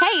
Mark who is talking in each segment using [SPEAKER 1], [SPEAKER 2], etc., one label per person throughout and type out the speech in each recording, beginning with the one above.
[SPEAKER 1] Hey,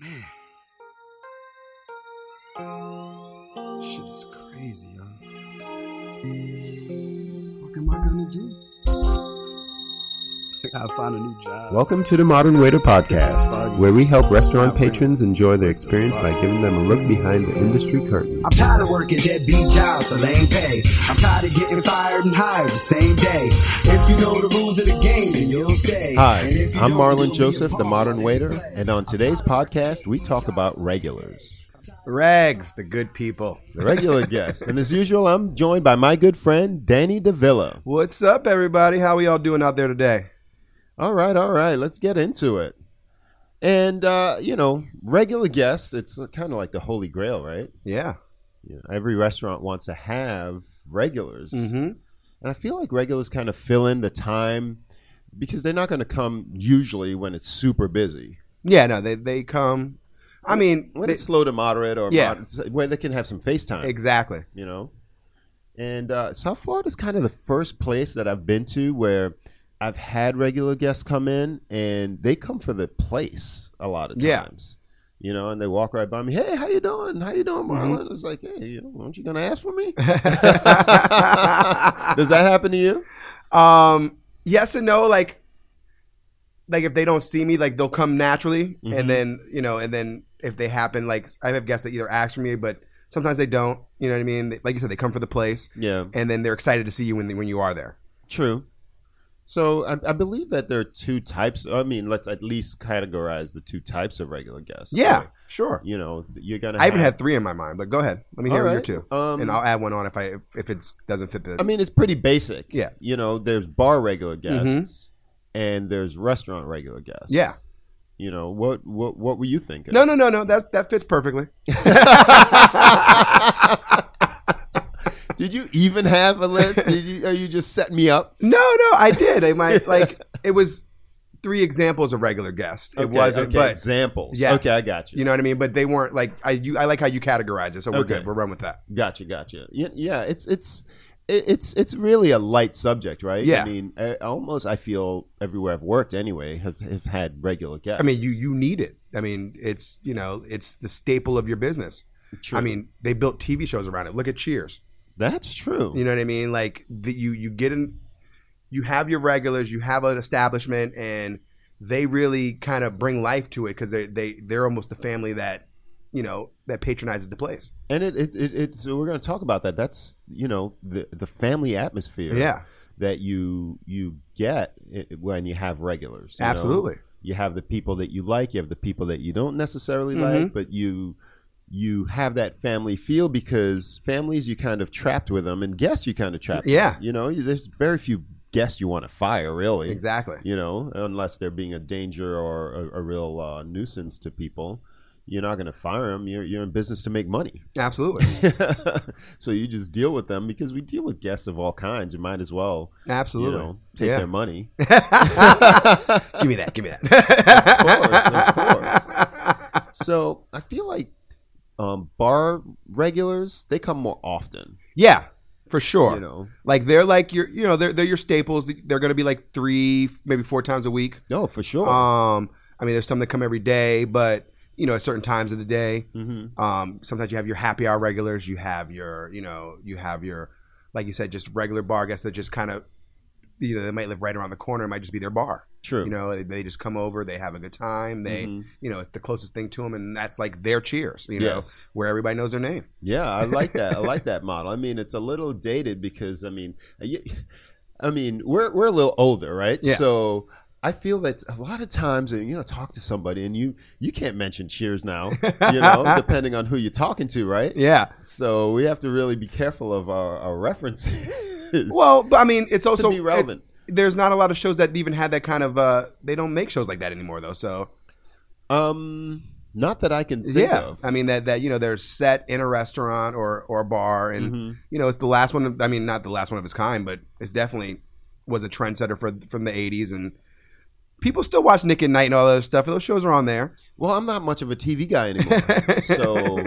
[SPEAKER 2] Man. Shit is crazy, yo. What am I gonna do? I gotta find a new job.
[SPEAKER 3] Welcome to the Modern Waiter Podcast, where we help restaurant patrons enjoy their experience by giving them a look behind the industry curtain.
[SPEAKER 4] I'm tired of working deadbeat jobs for lame pay. I'm tired of getting fired and hired the same day. If you know the rules of the game, then you'll stay.
[SPEAKER 3] Hi,
[SPEAKER 4] And if you don't,
[SPEAKER 3] I'm
[SPEAKER 4] you'll
[SPEAKER 3] Marlon
[SPEAKER 4] be
[SPEAKER 3] Joseph,
[SPEAKER 4] a
[SPEAKER 3] the
[SPEAKER 4] part
[SPEAKER 3] Modern
[SPEAKER 4] of
[SPEAKER 3] Waiter,
[SPEAKER 4] play.
[SPEAKER 3] and on today's podcast, we talk about regulars,
[SPEAKER 2] Rags, the good people.
[SPEAKER 3] the regular guests. And as usual, I'm joined by my good friend, Danny DeVilla.
[SPEAKER 2] What's up, everybody? How we all doing out there today?
[SPEAKER 3] All right, all right, let's get into it. And, uh, you know, regular guests, it's kind of like the holy grail, right?
[SPEAKER 2] Yeah.
[SPEAKER 3] You know, every restaurant wants to have regulars.
[SPEAKER 2] Mm-hmm.
[SPEAKER 3] And I feel like regulars kind of fill in the time because they're not going to come usually when it's super busy.
[SPEAKER 2] Yeah, no, they they come. I mean,
[SPEAKER 3] When
[SPEAKER 2] they-
[SPEAKER 3] it's slow to moderate or
[SPEAKER 2] Yeah.
[SPEAKER 3] mod- where they can have some face time,
[SPEAKER 2] exactly.
[SPEAKER 3] you know? And uh, South Florida is kind of the first place that I've been to where I've had regular guests come in and they come for the place a lot of
[SPEAKER 2] Yeah.
[SPEAKER 3] times. You know, and they walk right by me. Hey, how you doing? How you doing,
[SPEAKER 2] Mm-hmm.
[SPEAKER 3] Marlon? It's like, hey, you know, aren't you gonna ask for me? Does that happen to you?
[SPEAKER 2] Um, yes and no. Like, like if they don't see me, like they'll come naturally,
[SPEAKER 3] Mhm.
[SPEAKER 2] and then you know, and then if they happen, like I have guests that either ask for me, but sometimes they don't. You know what I mean? They- Like you said, they come for the place,
[SPEAKER 3] Yeah.
[SPEAKER 2] and then they're excited to see you when they, when you are there.
[SPEAKER 3] True. So I, I believe that there are two types. I mean, let's at least categorize the two types of regular guests.
[SPEAKER 2] Yeah,
[SPEAKER 3] Like,
[SPEAKER 2] sure.
[SPEAKER 3] you know, you're gonna.
[SPEAKER 2] I even
[SPEAKER 3] have-
[SPEAKER 2] had three in my mind, but go ahead. Let me hear
[SPEAKER 3] All
[SPEAKER 2] your
[SPEAKER 3] right.
[SPEAKER 2] two,
[SPEAKER 3] Um,
[SPEAKER 2] and I'll add one on if I if, if it doesn't fit the.
[SPEAKER 3] I mean, it's pretty basic.
[SPEAKER 2] Yeah.
[SPEAKER 3] You know, there's bar regular guests, and there's restaurant regular guests.
[SPEAKER 2] yeah.
[SPEAKER 3] You know what? What? What were you thinking?
[SPEAKER 2] No, no, no, no. That that fits perfectly.
[SPEAKER 3] Did you even have a list? Did you, are you just setting me up?
[SPEAKER 2] No, no, I did. I might like it was three examples of regular guests. It
[SPEAKER 3] Okay,
[SPEAKER 2] wasn't,
[SPEAKER 3] okay,
[SPEAKER 2] but
[SPEAKER 3] examples.
[SPEAKER 2] Yes.
[SPEAKER 3] Okay, I got you.
[SPEAKER 2] You know what I mean? But they weren't like I. You, I like how you categorize it, so we're
[SPEAKER 3] Okay.
[SPEAKER 2] good. We're run with that.
[SPEAKER 3] Gotcha, gotcha. Yeah, yeah it's it's it- it's it's really a light subject, right?
[SPEAKER 2] Yeah.
[SPEAKER 3] I mean, I, almost I feel everywhere I've worked anyway have, have had regular guests.
[SPEAKER 2] I mean, you you need it. I mean, it's you know, it's the staple of your business.
[SPEAKER 3] True.
[SPEAKER 2] I mean, they built TV shows around it. Look at Cheers.
[SPEAKER 3] that's true.
[SPEAKER 2] You know what I mean? Like the, you you get in, you have your regulars, you have an establishment, and they really kind of bring life to it because they they they're almost a family that you know that patronizes the place.
[SPEAKER 3] and it it, it it's we're going to talk about that. That's you know the the family atmosphere.
[SPEAKER 2] Yeah.
[SPEAKER 3] That you you get i- when you have regulars. you know?
[SPEAKER 2] Absolutely.
[SPEAKER 3] you have the people that you like you have the people that you don't necessarily
[SPEAKER 2] Mm-hmm.
[SPEAKER 3] like but you you have that family feel because families you kind of trapped with them and guests you kind of trapped with
[SPEAKER 2] Yeah.
[SPEAKER 3] them. you know there's very few guests you want to fire really
[SPEAKER 2] Exactly.
[SPEAKER 3] you know unless they're being a danger or a, a real uh, nuisance to people you're not going to fire them you're, you're in business to make money
[SPEAKER 2] Absolutely.
[SPEAKER 3] so you just deal with them because we deal with guests of all kinds you might as well you
[SPEAKER 2] Absolutely.
[SPEAKER 3] know take
[SPEAKER 2] Yeah.
[SPEAKER 3] their money
[SPEAKER 2] give me that. Give me that.
[SPEAKER 3] course, of course. So I feel like um, bar regulars they come more often.
[SPEAKER 2] yeah, for sure.
[SPEAKER 3] You know,
[SPEAKER 2] Like they're like your, you know, they're they're your staples. They're going to be like three, maybe four times a week.
[SPEAKER 3] no, Oh, for sure.
[SPEAKER 2] Um, I mean, there's some that come every day, but you know, at certain times of the day.
[SPEAKER 3] hmm
[SPEAKER 2] Um, sometimes you have your happy hour regulars. You have your, you know, you have your, like you said, just regular bar guests that just kind of you know they might live right around the corner. It might just be their bar.
[SPEAKER 3] True. Mm-hmm.
[SPEAKER 2] You know, they, they just come over, they have a good time. They, you know, it's the closest thing to them, and that's like their cheers. You know,
[SPEAKER 3] Yes.
[SPEAKER 2] where everybody knows their name.
[SPEAKER 3] Yeah, I like that. I like that model. I mean, it's a little dated because I mean, uh, y- I mean, we're we're a little older, right?
[SPEAKER 2] Yeah.
[SPEAKER 3] So I feel that a lot of times, uh, you know, talk to somebody and you you can't mention cheers now, you know, depending on who you're talking to, right?
[SPEAKER 2] Yeah.
[SPEAKER 3] So we have to really be careful of our, our references.
[SPEAKER 2] Well, but I mean, it's also
[SPEAKER 3] be
[SPEAKER 2] it's-
[SPEAKER 3] relevant.
[SPEAKER 2] there's not a lot of shows that even had that kind of. uh They don't make shows like that anymore, though. So
[SPEAKER 3] um, not that I can think
[SPEAKER 2] yeah,
[SPEAKER 3] of.
[SPEAKER 2] I mean that that you know they're set in a restaurant or or a bar, and
[SPEAKER 3] Mm-hmm.
[SPEAKER 2] you know it's the last one. Of, I mean, not the last one of its kind, but it's definitely was a trendsetter for from the '80s, and people still watch Nick at Night and all that other stuff. Those shows are on there.
[SPEAKER 3] Well, I'm not much of a TV guy anymore, so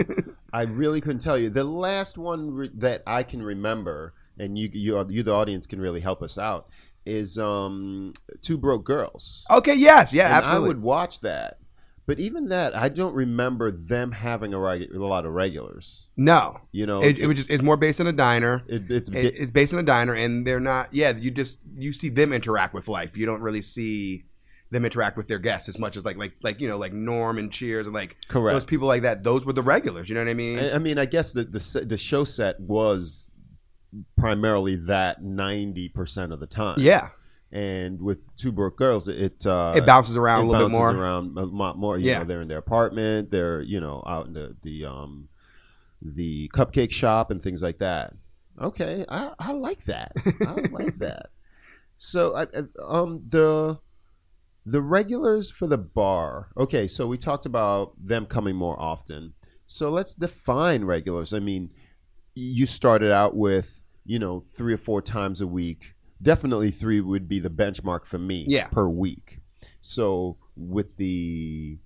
[SPEAKER 3] I really couldn't tell you. The last one re- that I can remember, and you, you, you, the audience, can really help us out, is um, Two Broke Girls.
[SPEAKER 2] Okay, yes, Oh, yeah,
[SPEAKER 3] And
[SPEAKER 2] absolutely.
[SPEAKER 3] I would watch that, but even that, I don't remember them having a, reg- a lot of regulars.
[SPEAKER 2] no,
[SPEAKER 3] You know,
[SPEAKER 2] it, it was just it's more based in a diner.
[SPEAKER 3] it- it's
[SPEAKER 2] It- it's based in a diner, and they're not. Yeah, you just you see them interact with life. You don't really see them interact with their guests as much as like like like you know like Norm and Cheers and like
[SPEAKER 3] Correct.
[SPEAKER 2] those people like that. Those were the regulars. You know what I mean?
[SPEAKER 3] I, I mean, I guess the, the se- the show set was primarily that ninety percent of the time.
[SPEAKER 2] yeah,
[SPEAKER 3] and with Two Broke Girls, it uh,
[SPEAKER 2] it bounces around a
[SPEAKER 3] it
[SPEAKER 2] little bit
[SPEAKER 3] bounces
[SPEAKER 2] more.
[SPEAKER 3] around a lot more. You
[SPEAKER 2] Yeah.
[SPEAKER 3] know, they're in their apartment. They're you know out in the the um the cupcake shop and things like that. Okay, I, I like that. I like that. So I, I- um the the regulars for the bar. Okay, so we talked about them coming more often. So let's define regulars. I mean, you started out with you know three or four times a week. Definitely three would be the benchmark for me
[SPEAKER 2] Yeah.
[SPEAKER 3] per week. So with the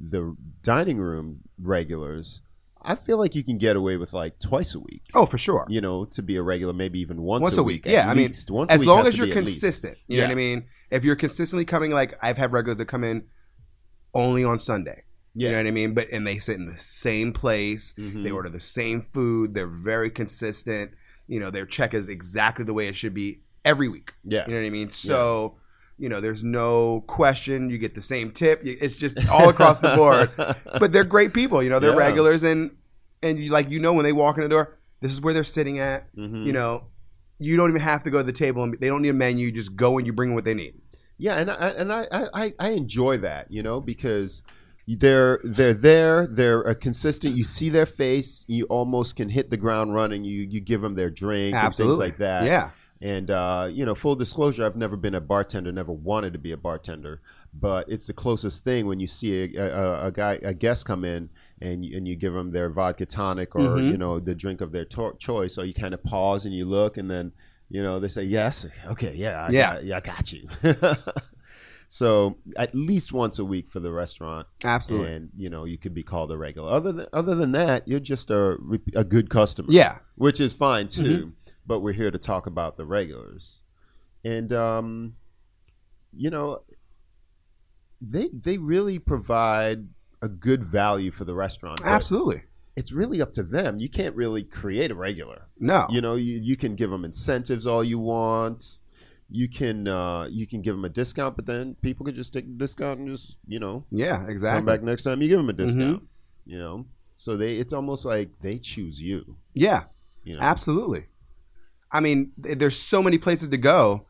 [SPEAKER 3] the dining room regulars, I feel like you can get away with like twice a week.
[SPEAKER 2] Oh, for sure.
[SPEAKER 3] You know, to be a regular, maybe even once,
[SPEAKER 2] Once
[SPEAKER 3] a,
[SPEAKER 2] a week.
[SPEAKER 3] at
[SPEAKER 2] Yeah, I mean,
[SPEAKER 3] least. once a
[SPEAKER 2] as
[SPEAKER 3] week
[SPEAKER 2] long
[SPEAKER 3] has
[SPEAKER 2] as
[SPEAKER 3] to
[SPEAKER 2] you're
[SPEAKER 3] be at least.
[SPEAKER 2] consistent, you know
[SPEAKER 3] Yeah.
[SPEAKER 2] what I mean. If you're consistently coming, like I've had regulars that come in only on Sunday.
[SPEAKER 3] Yeah. Mm-hmm.
[SPEAKER 2] You know what I mean? But and they sit in the same place. They order the same food. They're very consistent. You know, their check is exactly the way it should be every week.
[SPEAKER 3] Yeah.
[SPEAKER 2] You know what I mean? So, you know, there's no question. You get the same tip. You- It's just all across the board. But they're great people. You know, they're
[SPEAKER 3] Yeah.
[SPEAKER 2] regulars and and you like you know when they walk in the door, this is where they're sitting at.
[SPEAKER 3] Mm-hmm.
[SPEAKER 2] You know, you don't even have to go to the table and they don't need a menu. You just go and you bring what they need.
[SPEAKER 3] Yeah, and I and I, I, I enjoy that, you know, because they're they're there, they're a consistent. You see their face, you almost can hit the ground running. You you give them their drink, and
[SPEAKER 2] Absolutely.
[SPEAKER 3] things like that.
[SPEAKER 2] Yeah.
[SPEAKER 3] and uh, you know, full disclosure, I've never been a bartender, never wanted to be a bartender, but it's the closest thing when you see a, a, a guy, a guest come in, and you, and you give them their vodka tonic or
[SPEAKER 2] Mm-hmm.
[SPEAKER 3] you know the drink of their to- choice, so you kind of pause and you look, and then you know they say yes, okay, yeah, I
[SPEAKER 2] Yeah.
[SPEAKER 3] got, yeah, I got you. so at least once a week for the restaurant,
[SPEAKER 2] Absolutely.
[SPEAKER 3] and you know you could be called a regular. Other than other than that, you're just a re- a good customer.
[SPEAKER 2] Yeah.
[SPEAKER 3] which is fine too.
[SPEAKER 2] Mm-hmm.
[SPEAKER 3] But we're here to talk about the regulars, and um, you know, they they really provide a good value for the restaurant. but
[SPEAKER 2] Absolutely.
[SPEAKER 3] it's really up to them. You can't really create a regular.
[SPEAKER 2] No.
[SPEAKER 3] You know, you, you can give them incentives all you want. You can uh, you can give them a discount, but then people could just take the discount and just you know
[SPEAKER 2] yeah,
[SPEAKER 3] come
[SPEAKER 2] exactly. Mm-hmm.
[SPEAKER 3] back next time you give them a discount you know so they it's almost like they choose you
[SPEAKER 2] Yeah.
[SPEAKER 3] you know
[SPEAKER 2] Absolutely. I mean, th- there's so many places to go,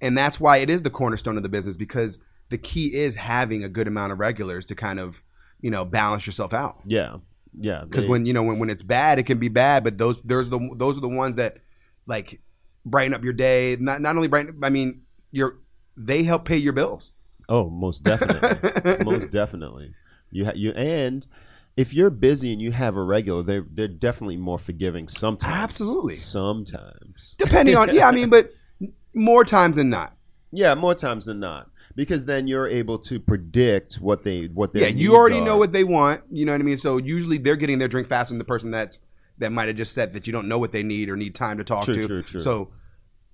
[SPEAKER 2] and that's why it is the cornerstone of the business because the key is having a good amount of regulars to kind of, you know, balance yourself out.
[SPEAKER 3] yeah yeah
[SPEAKER 2] Because
[SPEAKER 3] they-
[SPEAKER 2] when you know when, when it's bad, it can be bad, but those there's the those are the ones that like brighten up your day. Not not only brighten, I mean, your they help pay your bills.
[SPEAKER 3] oh most definitely most definitely you ha- you and if you're busy and you have a regular they're they're definitely more forgiving sometimes
[SPEAKER 2] Absolutely.
[SPEAKER 3] sometimes
[SPEAKER 2] Depending on yeah, I mean, but more times than not.
[SPEAKER 3] yeah more times than not because then you're able to predict what they what their
[SPEAKER 2] yeah, you
[SPEAKER 3] needs
[SPEAKER 2] already
[SPEAKER 3] are.
[SPEAKER 2] know what they want. You know what I mean. So usually they're getting their drink faster than the person that's that might have just said that you don't know what they need or need time to talk
[SPEAKER 3] True,
[SPEAKER 2] to.
[SPEAKER 3] true, true.
[SPEAKER 2] So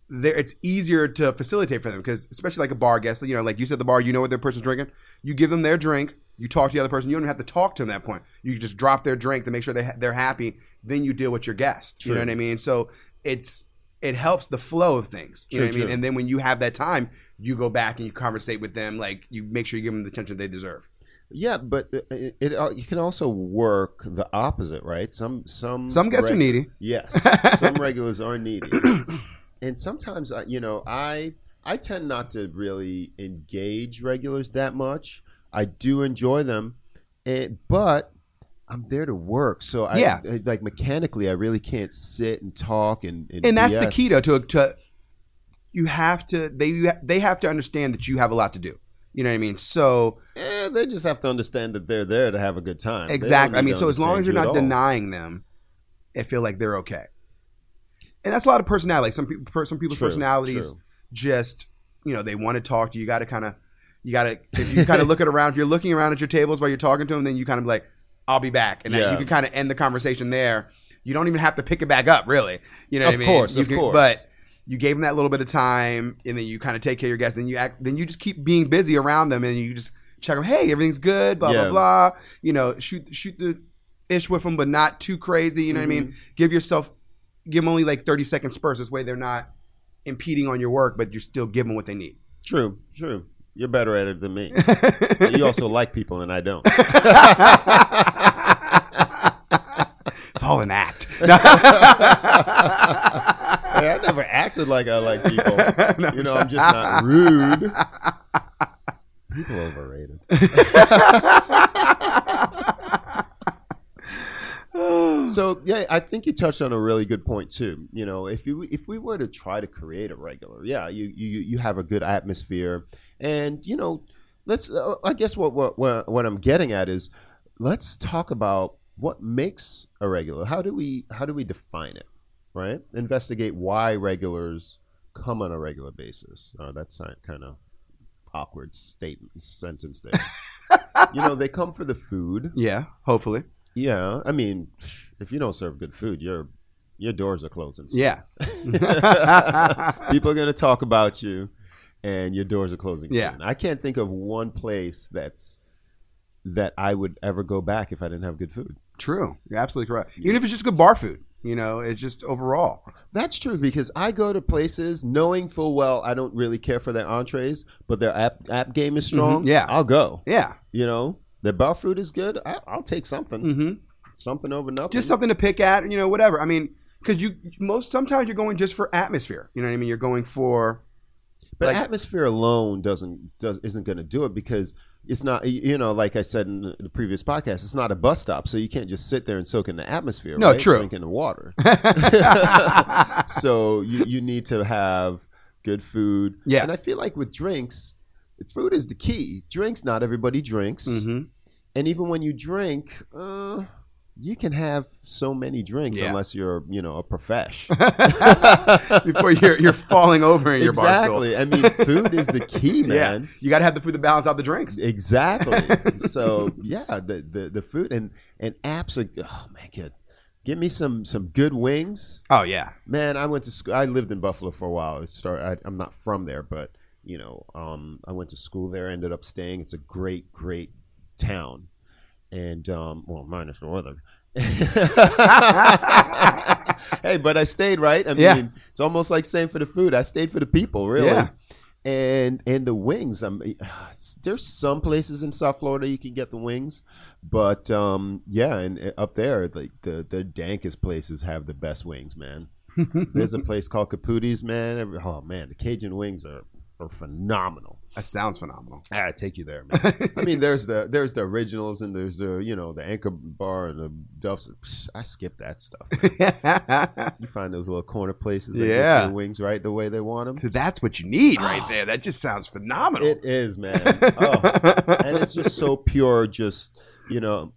[SPEAKER 2] there, it's easier to facilitate for them because especially like a bar guest, you know, like you said, the bar, you know what their person's drinking. You give them their drink. You talk to the other person. You don't even have to talk to them at that point. You just drop their drink to make sure they ha- they're happy. Then you deal with your guest. You know what I mean. So it's it helps the flow of things. You
[SPEAKER 3] True,
[SPEAKER 2] know what I mean?
[SPEAKER 3] true.
[SPEAKER 2] And then when you have that time, you go back and you conversate with them. Like you make sure you give them the attention they deserve.
[SPEAKER 3] Yeah, but it, it, uh, you can also work the opposite, right? Some some
[SPEAKER 2] Some guests are
[SPEAKER 3] reg-
[SPEAKER 2] needy.
[SPEAKER 3] Yes, some regulars are needy, and sometimes I, you know I I tend not to really engage regulars that much. I do enjoy them, and, but I'm there to work, so I,
[SPEAKER 2] Yeah.
[SPEAKER 3] I- like mechanically, I really can't sit and talk and and,
[SPEAKER 2] and that's the
[SPEAKER 3] BS.
[SPEAKER 2] key though to, to you have to they you ha- they have to understand that you have a lot to do you know what i mean so
[SPEAKER 3] Eh, they just have to understand that they're there to have a good time. They
[SPEAKER 2] exactly i
[SPEAKER 3] don't
[SPEAKER 2] mean
[SPEAKER 3] need
[SPEAKER 2] so
[SPEAKER 3] to
[SPEAKER 2] as long as you're
[SPEAKER 3] understand
[SPEAKER 2] not
[SPEAKER 3] you at all.
[SPEAKER 2] denying them i feel like they're okay and that's a lot of personality some people per- some people's
[SPEAKER 3] True,
[SPEAKER 2] personalities
[SPEAKER 3] true.
[SPEAKER 2] just you know they want to talk to you you got to kind of you got to if you kind of look at around if you're looking around at your tables while you're talking to them then you kind of like i'll be back and
[SPEAKER 3] Yeah.
[SPEAKER 2] then you can kind of end the conversation there you don't even have to pick it back up really you know
[SPEAKER 3] Of
[SPEAKER 2] what i mean
[SPEAKER 3] course,
[SPEAKER 2] You
[SPEAKER 3] of course.
[SPEAKER 2] but you gave them that little bit of time, and then you kind of take care of your guests, and you act, then you just keep being busy around them, and you just check them. Hey, everything's good, blah
[SPEAKER 3] Yeah.
[SPEAKER 2] blah blah. You know, shoot shoot the ish with them, but not too crazy. You know what I mean? Give yourself, give them only like thirty second spurts. This way, they're not impeding on your work, but you're still giving what they need.
[SPEAKER 3] True, true. You're better at it than me. you also like people, and I don't.
[SPEAKER 2] It's all an act.
[SPEAKER 3] Hey, I never acted like I like people. you know, I'm just not rude. People overrated. so yeah, I think you touched on a really good point too. You know, if you if we were to try to create a regular, yeah, you you you have a good atmosphere, and you know, let's. Uh, I guess what what what what I'm getting at is, let's talk about what makes a regular. How do we how do we define it? right? Investigate why regulars come on a regular basis. Uh, that's kind of awkward statement sentence there. you know, they come for the food.
[SPEAKER 2] yeah, hopefully.
[SPEAKER 3] Yeah, I mean, if you don't serve good food, your your doors are closing.
[SPEAKER 2] Yeah,
[SPEAKER 3] People are going to talk about you, and your doors are closing.
[SPEAKER 2] Yeah.
[SPEAKER 3] soon. I can't think of one place that's that I would ever go back if I didn't have good food.
[SPEAKER 2] true. You're absolutely correct. Even if it's just good bar food, you know, it's just overall.
[SPEAKER 3] That's true because I go to places knowing full well I don't really care for their entrees, but their app app game is strong.
[SPEAKER 2] Mhm, yeah.
[SPEAKER 3] I'll go.
[SPEAKER 2] Yeah.
[SPEAKER 3] You know, their bar food is good. I, I'll take something,
[SPEAKER 2] hmm
[SPEAKER 3] something over nothing.
[SPEAKER 2] Just something to pick at, you know, whatever. I mean, because you most sometimes you're going just for atmosphere. You know what I mean? You're going for
[SPEAKER 3] but
[SPEAKER 2] like-
[SPEAKER 3] atmosphere alone doesn't does isn't going to do it because it's not. You know, like I said in the- the previous podcast, it's not a bus stop, so you can't just sit there and soak in the atmosphere.
[SPEAKER 2] No,
[SPEAKER 3] right?
[SPEAKER 2] true.
[SPEAKER 3] Drinking the water. so you you need to have good food.
[SPEAKER 2] Yeah.
[SPEAKER 3] and I feel like with drinks. Food is the key. Drinks, not everybody drinks.
[SPEAKER 2] Mhm.
[SPEAKER 3] and even when you drink, uh, you can have so many drinks
[SPEAKER 2] Yeah.
[SPEAKER 3] unless you're, you know, a profesh.
[SPEAKER 2] before you're you're falling over in your bar stool.
[SPEAKER 3] exactly. I mean, food is the key,
[SPEAKER 2] Yeah,
[SPEAKER 3] man.
[SPEAKER 2] you got to have the food to balance out the drinks.
[SPEAKER 3] Exactly. so yeah, the, the the food and and apps are. Oh man, good. Give me some some good wings,
[SPEAKER 2] Oh yeah,
[SPEAKER 3] man. I went to school. I lived in Buffalo for a while. It started. I, I'm not from there, but you know, um, I went to school there. Ended up staying. It's a great, great town, and um, well, minus the weather. hey, but I stayed right. I mean,
[SPEAKER 2] Yeah.
[SPEAKER 3] it's almost like staying for the food. I stayed for the people, really.
[SPEAKER 2] Yeah.
[SPEAKER 3] And and the wings. I mean, there's some places in South Florida you can get the wings, but um, yeah, and uh, up there, like the the dankest places have the best wings, man. there's a place called Caputi's, man. Every, oh man, the Cajun wings are are phenomenal.
[SPEAKER 2] that sounds phenomenal.
[SPEAKER 3] I take you there, man. I mean, there's the there's the originals and there's the you know the Anchor Bar and the Duff's. Psh, I skip that stuff. You find those little corner places. That yeah,
[SPEAKER 2] Yeah.
[SPEAKER 3] get your wings right the way they want them.
[SPEAKER 2] That's what you need right there. That just sounds phenomenal.
[SPEAKER 3] It is, man. Oh. and it's just so pure. Just you know,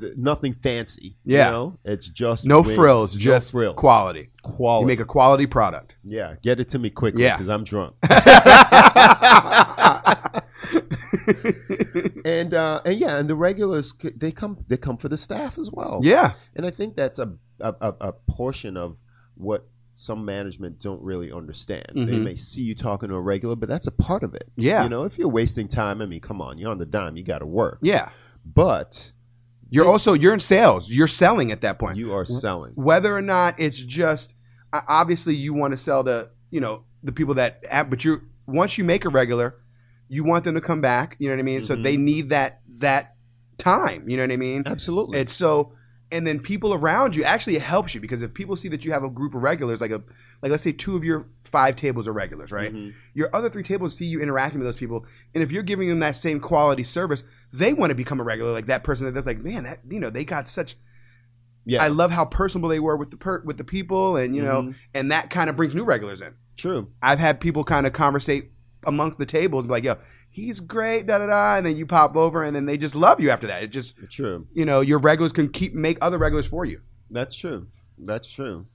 [SPEAKER 3] th- nothing fancy. you
[SPEAKER 2] Yeah.
[SPEAKER 3] know? it's just
[SPEAKER 2] no
[SPEAKER 3] wings,
[SPEAKER 2] frills,
[SPEAKER 3] no
[SPEAKER 2] just
[SPEAKER 3] frills.
[SPEAKER 2] quality.
[SPEAKER 3] quality.
[SPEAKER 2] You make a quality product.
[SPEAKER 3] yeah, get it to me quickly
[SPEAKER 2] Yeah.
[SPEAKER 3] because I'm drunk. and uh, and yeah, and the regulars c- they come they come for the staff as well.
[SPEAKER 2] Yeah,
[SPEAKER 3] And I think that's a a, a, a portion of what some management don't really understand. They
[SPEAKER 2] Mhm.
[SPEAKER 3] may see you talking to a regular, but that's a part of it.
[SPEAKER 2] Yeah.
[SPEAKER 3] You know, if you're wasting time, I mean, come on, you're on the dime, you got to work.
[SPEAKER 2] yeah.
[SPEAKER 3] But
[SPEAKER 2] You're also you're in sales. You're selling at that point.
[SPEAKER 3] you are selling.
[SPEAKER 2] whether or not it's just o- obviously you want to sell to you know the people that have- but you once you make a regular you want them to come back you know what i mean so they need that that time you know what i mean
[SPEAKER 3] Absolutely.
[SPEAKER 2] it's so, and then people around you actually it helps you because if people see that you have a group of regulars, like a like let's say two of your five tables are regulars, right?
[SPEAKER 3] Mm-hmm.
[SPEAKER 2] Your other three tables see you interacting with those people, and if you're giving them that same quality service, they want to become a regular. Like that person that's like, man, that you know they got such.
[SPEAKER 3] yeah.
[SPEAKER 2] I love how personable they were with the per- with the people, and you know, and that kind of brings new regulars in.
[SPEAKER 3] True.
[SPEAKER 2] I've had people kind of conversate amongst the tables, be like, yo, he's great, da da da, and then you pop over, and then they just love you after that. It just
[SPEAKER 3] True.
[SPEAKER 2] you know your regulars can keep make other regulars for you
[SPEAKER 3] That's true. That's true.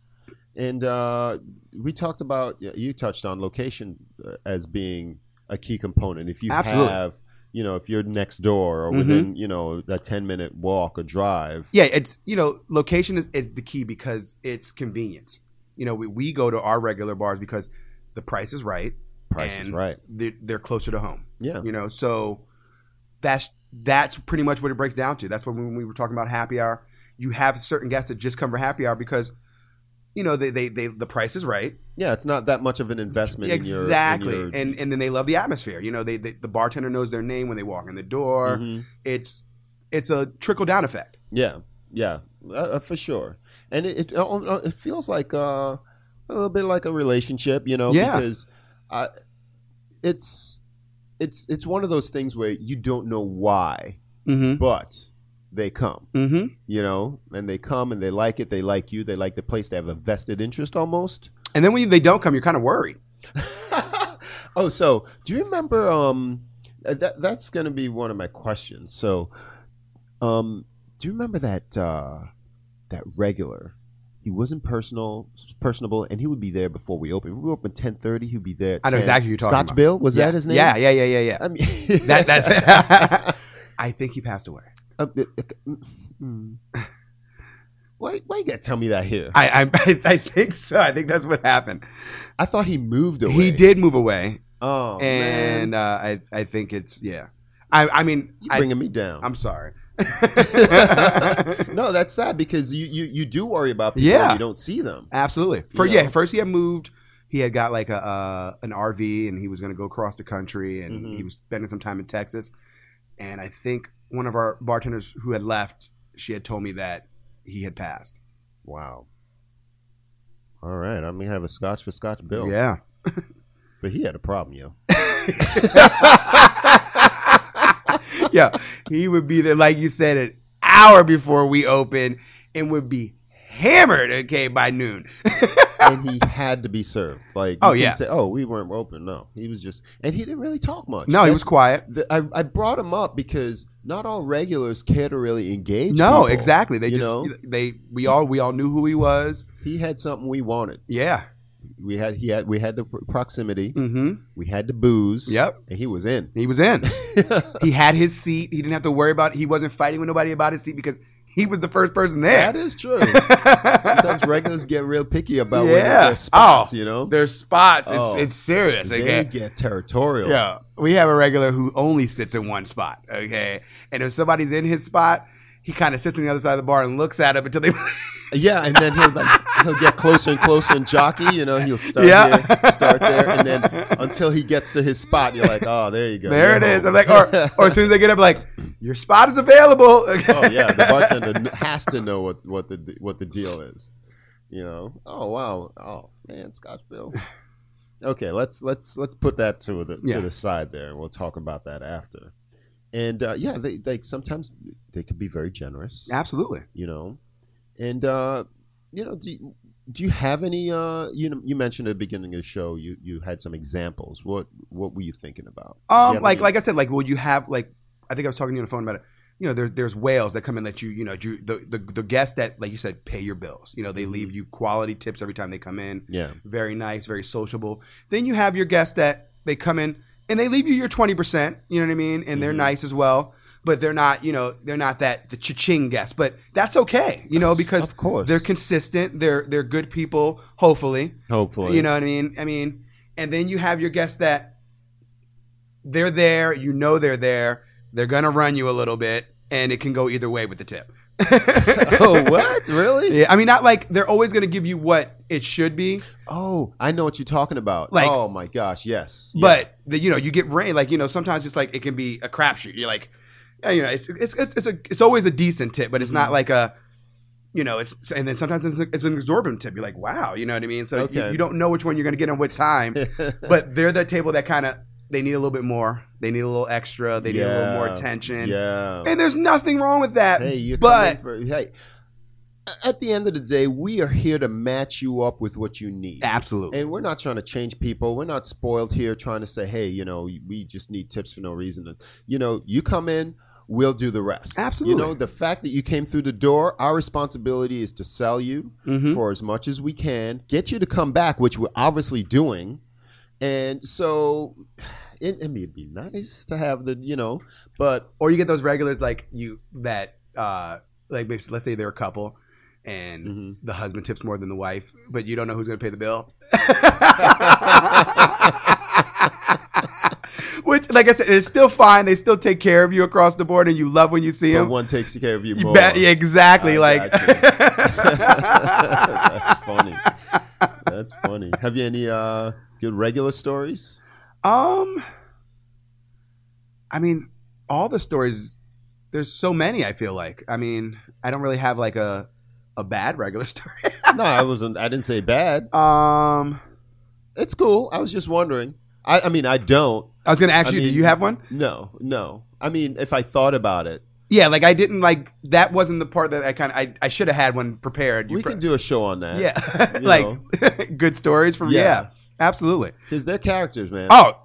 [SPEAKER 3] And uh, we talked about you touched on location uh, as being a key component. If you
[SPEAKER 2] Absolutely. Mm-hmm.
[SPEAKER 3] have, you know, if you're next door or within, you know, a ten minute walk or drive.
[SPEAKER 2] yeah it's you know location is, is the key because it's convenience you know we, we go to our regular bars because the price is right
[SPEAKER 3] Price is
[SPEAKER 2] and
[SPEAKER 3] right.
[SPEAKER 2] they're, they're closer to home
[SPEAKER 3] Yeah.
[SPEAKER 2] you know so that's that's pretty much what it breaks down to that's what when we were talking about happy hour you have certain guests that just come for happy hour because you know they they, they the price is right
[SPEAKER 3] Yeah, it's not that much of an investment. in your- in
[SPEAKER 2] exactly
[SPEAKER 3] your-
[SPEAKER 2] and and then they love the atmosphere you know they, they the bartender knows their name when they walk in the door
[SPEAKER 3] Mhm.
[SPEAKER 2] it's it's a trickle down effect
[SPEAKER 3] Yeah, yeah, uh, uh, for sure. And it it, uh, it feels like uh, a little bit like a relationship, you know?
[SPEAKER 2] Yeah.
[SPEAKER 3] Because I, it's it's it's one of those things where you don't know why,
[SPEAKER 2] mm-hmm
[SPEAKER 3] but they come,
[SPEAKER 2] mm-hmm
[SPEAKER 3] you know, and they come and they like it. They like you. They like the place. They have a vested interest almost.
[SPEAKER 2] And then when they don't come, you're kind of worried.
[SPEAKER 3] oh, so do you remember? Um, uh, that that's going to be one of my questions. So, um, do you remember that uh, that regular? He wasn't personal, personable, and he would be there before we opened. We opened ten thirty. He'd be there. At
[SPEAKER 2] I know
[SPEAKER 3] 10.
[SPEAKER 2] exactly who you're talking about.
[SPEAKER 3] Scottsville was
[SPEAKER 2] yeah.
[SPEAKER 3] that his name?
[SPEAKER 2] Yeah, yeah, yeah, yeah, yeah.
[SPEAKER 3] I mean,
[SPEAKER 2] That, that's. I think he passed away.
[SPEAKER 3] Uh, uh, uh, mm. why why you gotta tell me that here? I,
[SPEAKER 2] I, I I think so. I think that's what happened.
[SPEAKER 3] thought he moved away.
[SPEAKER 2] He did move away,
[SPEAKER 3] Oh man,
[SPEAKER 2] and uh, I I think it's yeah. I I mean
[SPEAKER 3] you
[SPEAKER 2] I,
[SPEAKER 3] bringing me down.
[SPEAKER 2] I'm sorry.
[SPEAKER 3] no, that's sad because you, you, you do worry about people
[SPEAKER 2] Yeah.
[SPEAKER 3] when you don't see them.
[SPEAKER 2] Absolutely. For
[SPEAKER 3] Yeah.
[SPEAKER 2] yeah, first he had moved. He had got like a uh, an RV, and he was going to go across the country, and
[SPEAKER 3] Mhm.
[SPEAKER 2] he was spending some time in Texas. And I think one of our bartenders who had left, she had told me that he had passed.
[SPEAKER 3] Wow. All right, I'm gonna have a scotch for Scotch Bill.
[SPEAKER 2] Yeah.
[SPEAKER 3] but he had a problem, yo.
[SPEAKER 2] yeah, he would be there, like you said, an hour before we open and would be hammered, okay, by noon.
[SPEAKER 3] and he had to be served. Like, you
[SPEAKER 2] Oh,
[SPEAKER 3] can
[SPEAKER 2] yeah.
[SPEAKER 3] say, oh, we weren't open. No, he was just, and he didn't really talk much.
[SPEAKER 2] No, he was quiet.
[SPEAKER 3] The, I, I brought him up because not all regulars care to really engage.
[SPEAKER 2] No,
[SPEAKER 3] people,
[SPEAKER 2] exactly. They
[SPEAKER 3] you
[SPEAKER 2] just
[SPEAKER 3] know?
[SPEAKER 2] they we all we all knew who he was.
[SPEAKER 3] he had something we wanted.
[SPEAKER 2] Yeah.
[SPEAKER 3] We had he had we had the pro- proximity.
[SPEAKER 2] Mm-hmm.
[SPEAKER 3] We had the booze.
[SPEAKER 2] Yep.
[SPEAKER 3] and he was in.
[SPEAKER 2] He was in. he had his seat. He didn't have to worry about. He wasn't fighting with nobody about his seat because he was the first person
[SPEAKER 3] That
[SPEAKER 2] there.
[SPEAKER 3] is true. Sometimes regulars get real picky about where
[SPEAKER 2] Yeah.
[SPEAKER 3] their spots,
[SPEAKER 2] Oh,
[SPEAKER 3] you know.
[SPEAKER 2] Their spots. It's
[SPEAKER 3] Oh.
[SPEAKER 2] it's serious.
[SPEAKER 3] They
[SPEAKER 2] Okay.
[SPEAKER 3] get territorial.
[SPEAKER 2] Yeah, we have a regular who only sits in one spot. Okay, and if somebody's in his spot, he kind of sits on the other side of the bar and looks at him until they.
[SPEAKER 3] Yeah, and then he'll like, he'll get closer and closer and jockey, you know, he'll start
[SPEAKER 2] Yeah.
[SPEAKER 3] here, start there, and then until he gets to his spot, you're like, Oh, there you go.
[SPEAKER 2] there
[SPEAKER 3] You're
[SPEAKER 2] it is.
[SPEAKER 3] home.
[SPEAKER 2] I'm like, or, or as soon as they get up, like, your spot is available.
[SPEAKER 3] Oh yeah, the bartender kn- has to know what, what the what the deal is. You know? Oh wow. Oh man, Scotchville. Okay, let's let's let's put that to the
[SPEAKER 2] Yeah.
[SPEAKER 3] to the side there and we'll talk about that after. And uh, yeah, they, they sometimes they can be very generous.
[SPEAKER 2] Absolutely.
[SPEAKER 3] you know and uh you know do you, do you have any uh you know you mentioned at the beginning of the show you you had some examples what what were you thinking about Do you
[SPEAKER 2] Um,
[SPEAKER 3] have
[SPEAKER 2] like
[SPEAKER 3] any-
[SPEAKER 2] like I said, like well, you have like I think I was talking to you on the phone about it. You know, there, there's whales that come in that you you know you, the, the the guests that like you said pay your bills. You know,
[SPEAKER 3] Mm-hmm.
[SPEAKER 2] they leave you quality tips every time they come in.
[SPEAKER 3] yeah
[SPEAKER 2] very nice, very sociable. Then you have your guests that they come in and they leave you your twenty percent. You know what I mean? And
[SPEAKER 3] Mm-hmm.
[SPEAKER 2] they're nice as well, but they're not. You know, they're not that the cha-ching guest. But that's okay. You know, because
[SPEAKER 3] Of course.
[SPEAKER 2] they're consistent. They're they're good people. Hopefully,
[SPEAKER 3] hopefully
[SPEAKER 2] you know what I mean. I mean, and then you have your guests that they're there. You know, they're there. They're gonna run you a little bit, and it can go either way with the tip.
[SPEAKER 3] oh, what? Really?
[SPEAKER 2] Yeah, I mean, not like they're always going to give you what it should be,
[SPEAKER 3] Oh, I know what you're talking about.
[SPEAKER 2] Like-
[SPEAKER 3] oh my gosh, yes. Yeah.
[SPEAKER 2] but the, you know, you get rain. Like you know, sometimes it's like it can be a crapshoot. You're like, yeah, you know, it's it's it's, it's a it's always a decent tip, but it's
[SPEAKER 3] Mm-hmm.
[SPEAKER 2] not like a, you know, it's and then sometimes it's, it's an exorbitant tip. You're like, wow, you know what I mean? So you-
[SPEAKER 3] Okay.
[SPEAKER 2] you, don't know which one you're going to get on what time, but they're the table that kind of they need a little bit more. They need a little extra. They need a little more
[SPEAKER 3] Yeah.
[SPEAKER 2] attention.
[SPEAKER 3] yeah.
[SPEAKER 2] And there's nothing wrong with that.
[SPEAKER 3] Hey, you
[SPEAKER 2] but
[SPEAKER 3] but hey, at the end of the day, we are here to match you up with what you need.
[SPEAKER 2] absolutely.
[SPEAKER 3] And we're not trying to change people. We're not spoiled here trying to say, hey, you know, we just need tips for no reason. You know, you come in, we'll do the rest.
[SPEAKER 2] Absolutely.
[SPEAKER 3] You know, the fact that you came through the door, our responsibility is to sell you
[SPEAKER 2] Mm-hmm.
[SPEAKER 3] for as much as we can, get you to come back, which we're obviously doing. And so it, I mean, it'd be nice to have the, you know, but
[SPEAKER 2] or you get those regulars like you that uh like maybe, let's say they're a couple and
[SPEAKER 3] Mm-hmm.
[SPEAKER 2] the husband tips more than the wife but you don't know who's going to pay the bill which like i said it's still fine they still take care of you across the board and you love when you see
[SPEAKER 3] but
[SPEAKER 2] them
[SPEAKER 3] one takes care of you,
[SPEAKER 2] you
[SPEAKER 3] more.
[SPEAKER 2] bet, yeah, exactly
[SPEAKER 3] I
[SPEAKER 2] like
[SPEAKER 3] That's funny. That's funny. Have you any uh, good regular stories?
[SPEAKER 2] um i mean all the stories there's so many i feel like i mean i don't really have like a a bad regular story
[SPEAKER 3] No, I wasn't. I didn't say bad.
[SPEAKER 2] um
[SPEAKER 3] It's cool. I was just wondering. I, I mean, I don't.
[SPEAKER 2] I was going to ask you,
[SPEAKER 3] mean-
[SPEAKER 2] do you have one?
[SPEAKER 3] No, no. I mean, if I thought about it,
[SPEAKER 2] Yeah, like I didn't like that wasn't the part that I kind of I, I should have had one prepared.
[SPEAKER 3] we
[SPEAKER 2] pre-
[SPEAKER 3] can do a show on that.
[SPEAKER 2] yeah,
[SPEAKER 3] you
[SPEAKER 2] like good stories from yeah.
[SPEAKER 3] Yeah.
[SPEAKER 2] absolutely.
[SPEAKER 3] because they're characters, man.
[SPEAKER 2] Oh,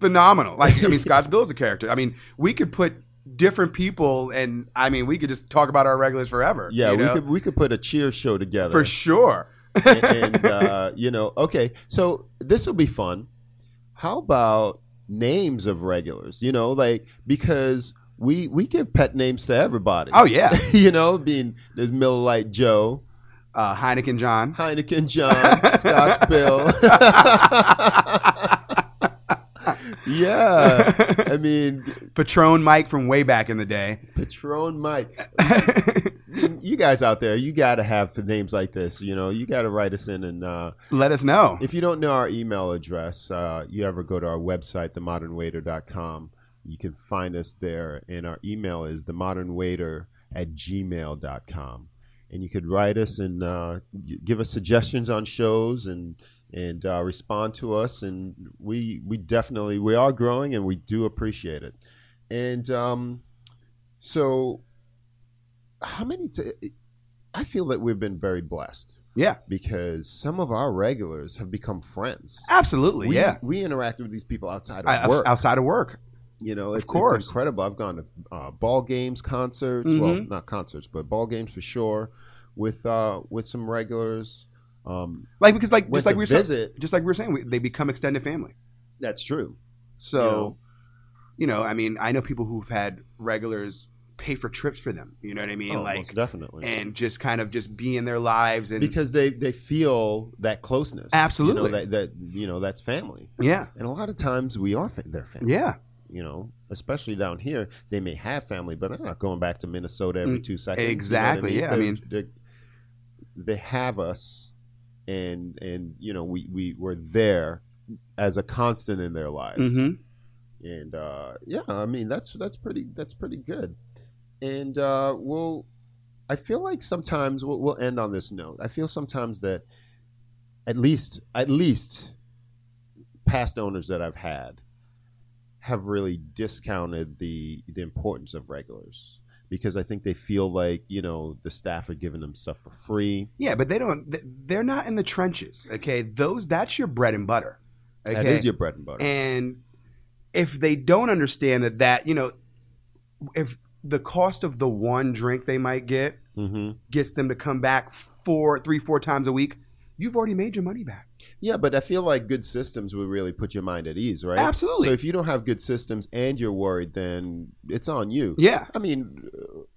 [SPEAKER 2] phenomenal! Like I mean, Scott Bill's a character. I mean, we could put different people, and I mean, we could just talk about our regulars forever.
[SPEAKER 3] yeah.
[SPEAKER 2] you
[SPEAKER 3] We
[SPEAKER 2] know?
[SPEAKER 3] could we could put a cheer show together
[SPEAKER 2] for sure.
[SPEAKER 3] and, and, uh, you know, okay. So this will be fun. How about names of regulars? You know, like because we we give pet names to everybody.
[SPEAKER 2] Oh yeah,
[SPEAKER 3] you know, being there's Miller Lite Joe,
[SPEAKER 2] uh, Heineken John.
[SPEAKER 3] Heineken John, Scotch Bill. yeah, I mean
[SPEAKER 2] Patron Mike from way back in the day.
[SPEAKER 3] Patron Mike. you guys out there, you got to have names like this. You know, you got to write us in and. Uh,
[SPEAKER 2] Let us know.
[SPEAKER 3] If you don't know our email address, uh, you ever go to our website, themodernwaiter.com, you can find us there. And our email is themodernwaiter at gmail.com. And you could write us and uh, y- give us suggestions on shows and and uh, respond to us. And we we definitely we are growing and we do appreciate it. And um, so, how many? T- I feel that we've been very blessed
[SPEAKER 2] yeah,
[SPEAKER 3] because some of our regulars have become friends.
[SPEAKER 2] absolutely.
[SPEAKER 3] We,
[SPEAKER 2] yeah,
[SPEAKER 3] we interact with these people outside of
[SPEAKER 2] I-
[SPEAKER 3] work.
[SPEAKER 2] outside of work.
[SPEAKER 3] you know, it's, it's
[SPEAKER 2] course.
[SPEAKER 3] incredible. I've gone to uh, ball games, concerts. Well,
[SPEAKER 2] Mm-hmm.
[SPEAKER 3] not concerts, but ball games for sure. With uh, with some regulars. Um,
[SPEAKER 2] Like because like
[SPEAKER 3] Went
[SPEAKER 2] just like
[SPEAKER 3] to
[SPEAKER 2] we were
[SPEAKER 3] visit.
[SPEAKER 2] Saying, just like we were saying, we, they become extended family.
[SPEAKER 3] that's true.
[SPEAKER 2] So, you know, I mean, I know people who've had regulars pay for trips for them. You know what I mean?
[SPEAKER 3] Oh,
[SPEAKER 2] like,
[SPEAKER 3] most definitely.
[SPEAKER 2] and just kind of just be in their lives and
[SPEAKER 3] because they, they feel that closeness. You know,
[SPEAKER 2] Absolutely.
[SPEAKER 3] that, that you know that's family.
[SPEAKER 2] yeah,
[SPEAKER 3] And a lot of times we are fa- their family.
[SPEAKER 2] yeah,
[SPEAKER 3] you know, especially down here, they may have family, but they're not going back to Minnesota every two seconds.
[SPEAKER 2] Mm, exactly, yeah, I
[SPEAKER 3] They-
[SPEAKER 2] mean-
[SPEAKER 3] they they have us, and and you know, we we were there as a constant in their lives,
[SPEAKER 2] mm-hmm.
[SPEAKER 3] and uh, yeah, I mean that's that's pretty that's pretty good, and uh, we'll. I feel like sometimes we'll, we'll end on this note. I feel sometimes that at least at least past owners that I've had have really discounted the the importance of regulars because I think they feel like you know the staff are giving them stuff for free.
[SPEAKER 2] yeah. But they don't. th- They're not in the trenches. Okay, those that's your bread and butter. Okay,
[SPEAKER 3] That is your bread and butter.
[SPEAKER 2] and if they don't understand that that you know, if the cost of the one drink they might get
[SPEAKER 3] hmm
[SPEAKER 2] gets them to come back four, three, four times a week, you've already made your money back.
[SPEAKER 3] Yeah, but I feel like good systems would really put your mind at ease, right?
[SPEAKER 2] Absolutely.
[SPEAKER 3] So if you don't have good systems and you're worried, then it's on you.
[SPEAKER 2] Yeah.
[SPEAKER 3] I mean,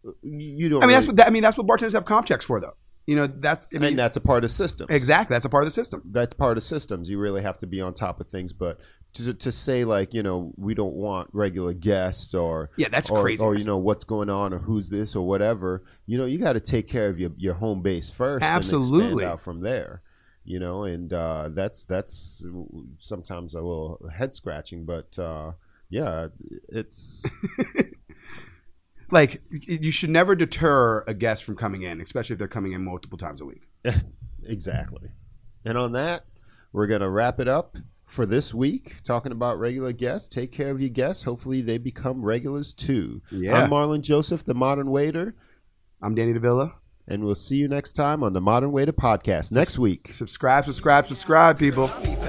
[SPEAKER 3] uh, you don't.
[SPEAKER 2] I mean, that's
[SPEAKER 3] really-
[SPEAKER 2] what that, I mean. That's what bartenders have comp checks for, though. You know, that's I mean,
[SPEAKER 3] and that's a part of systems.
[SPEAKER 2] exactly that's a part of the system.
[SPEAKER 3] That's part of systems. You really have to be on top of things. But to, to say like you know we don't want regular guests or
[SPEAKER 2] Yeah, that's
[SPEAKER 3] or,
[SPEAKER 2] crazy.
[SPEAKER 3] or Oh, you know what's going on or who's this or whatever. You know you got to take care of your, your home base first. and expand
[SPEAKER 2] Absolutely.
[SPEAKER 3] out from there. You know, and uh, that's that's sometimes a little head scratching, but uh, yeah, it's
[SPEAKER 2] like y- you should never deter a guest from coming in, especially if they're coming in multiple times a week.
[SPEAKER 3] Exactly. And on that, we're going to wrap it up for this week, talking about regular guests. Take care of your guests. Hopefully, they become regulars too.
[SPEAKER 2] Yeah.
[SPEAKER 3] I'm Marlon Joseph, the Modern Waiter,
[SPEAKER 2] I'm Danny Davila.
[SPEAKER 3] and we'll see you next time on the Modern Waiter podcast next week.
[SPEAKER 2] Subscribe, subscribe, subscribe, people.
[SPEAKER 4] Mommy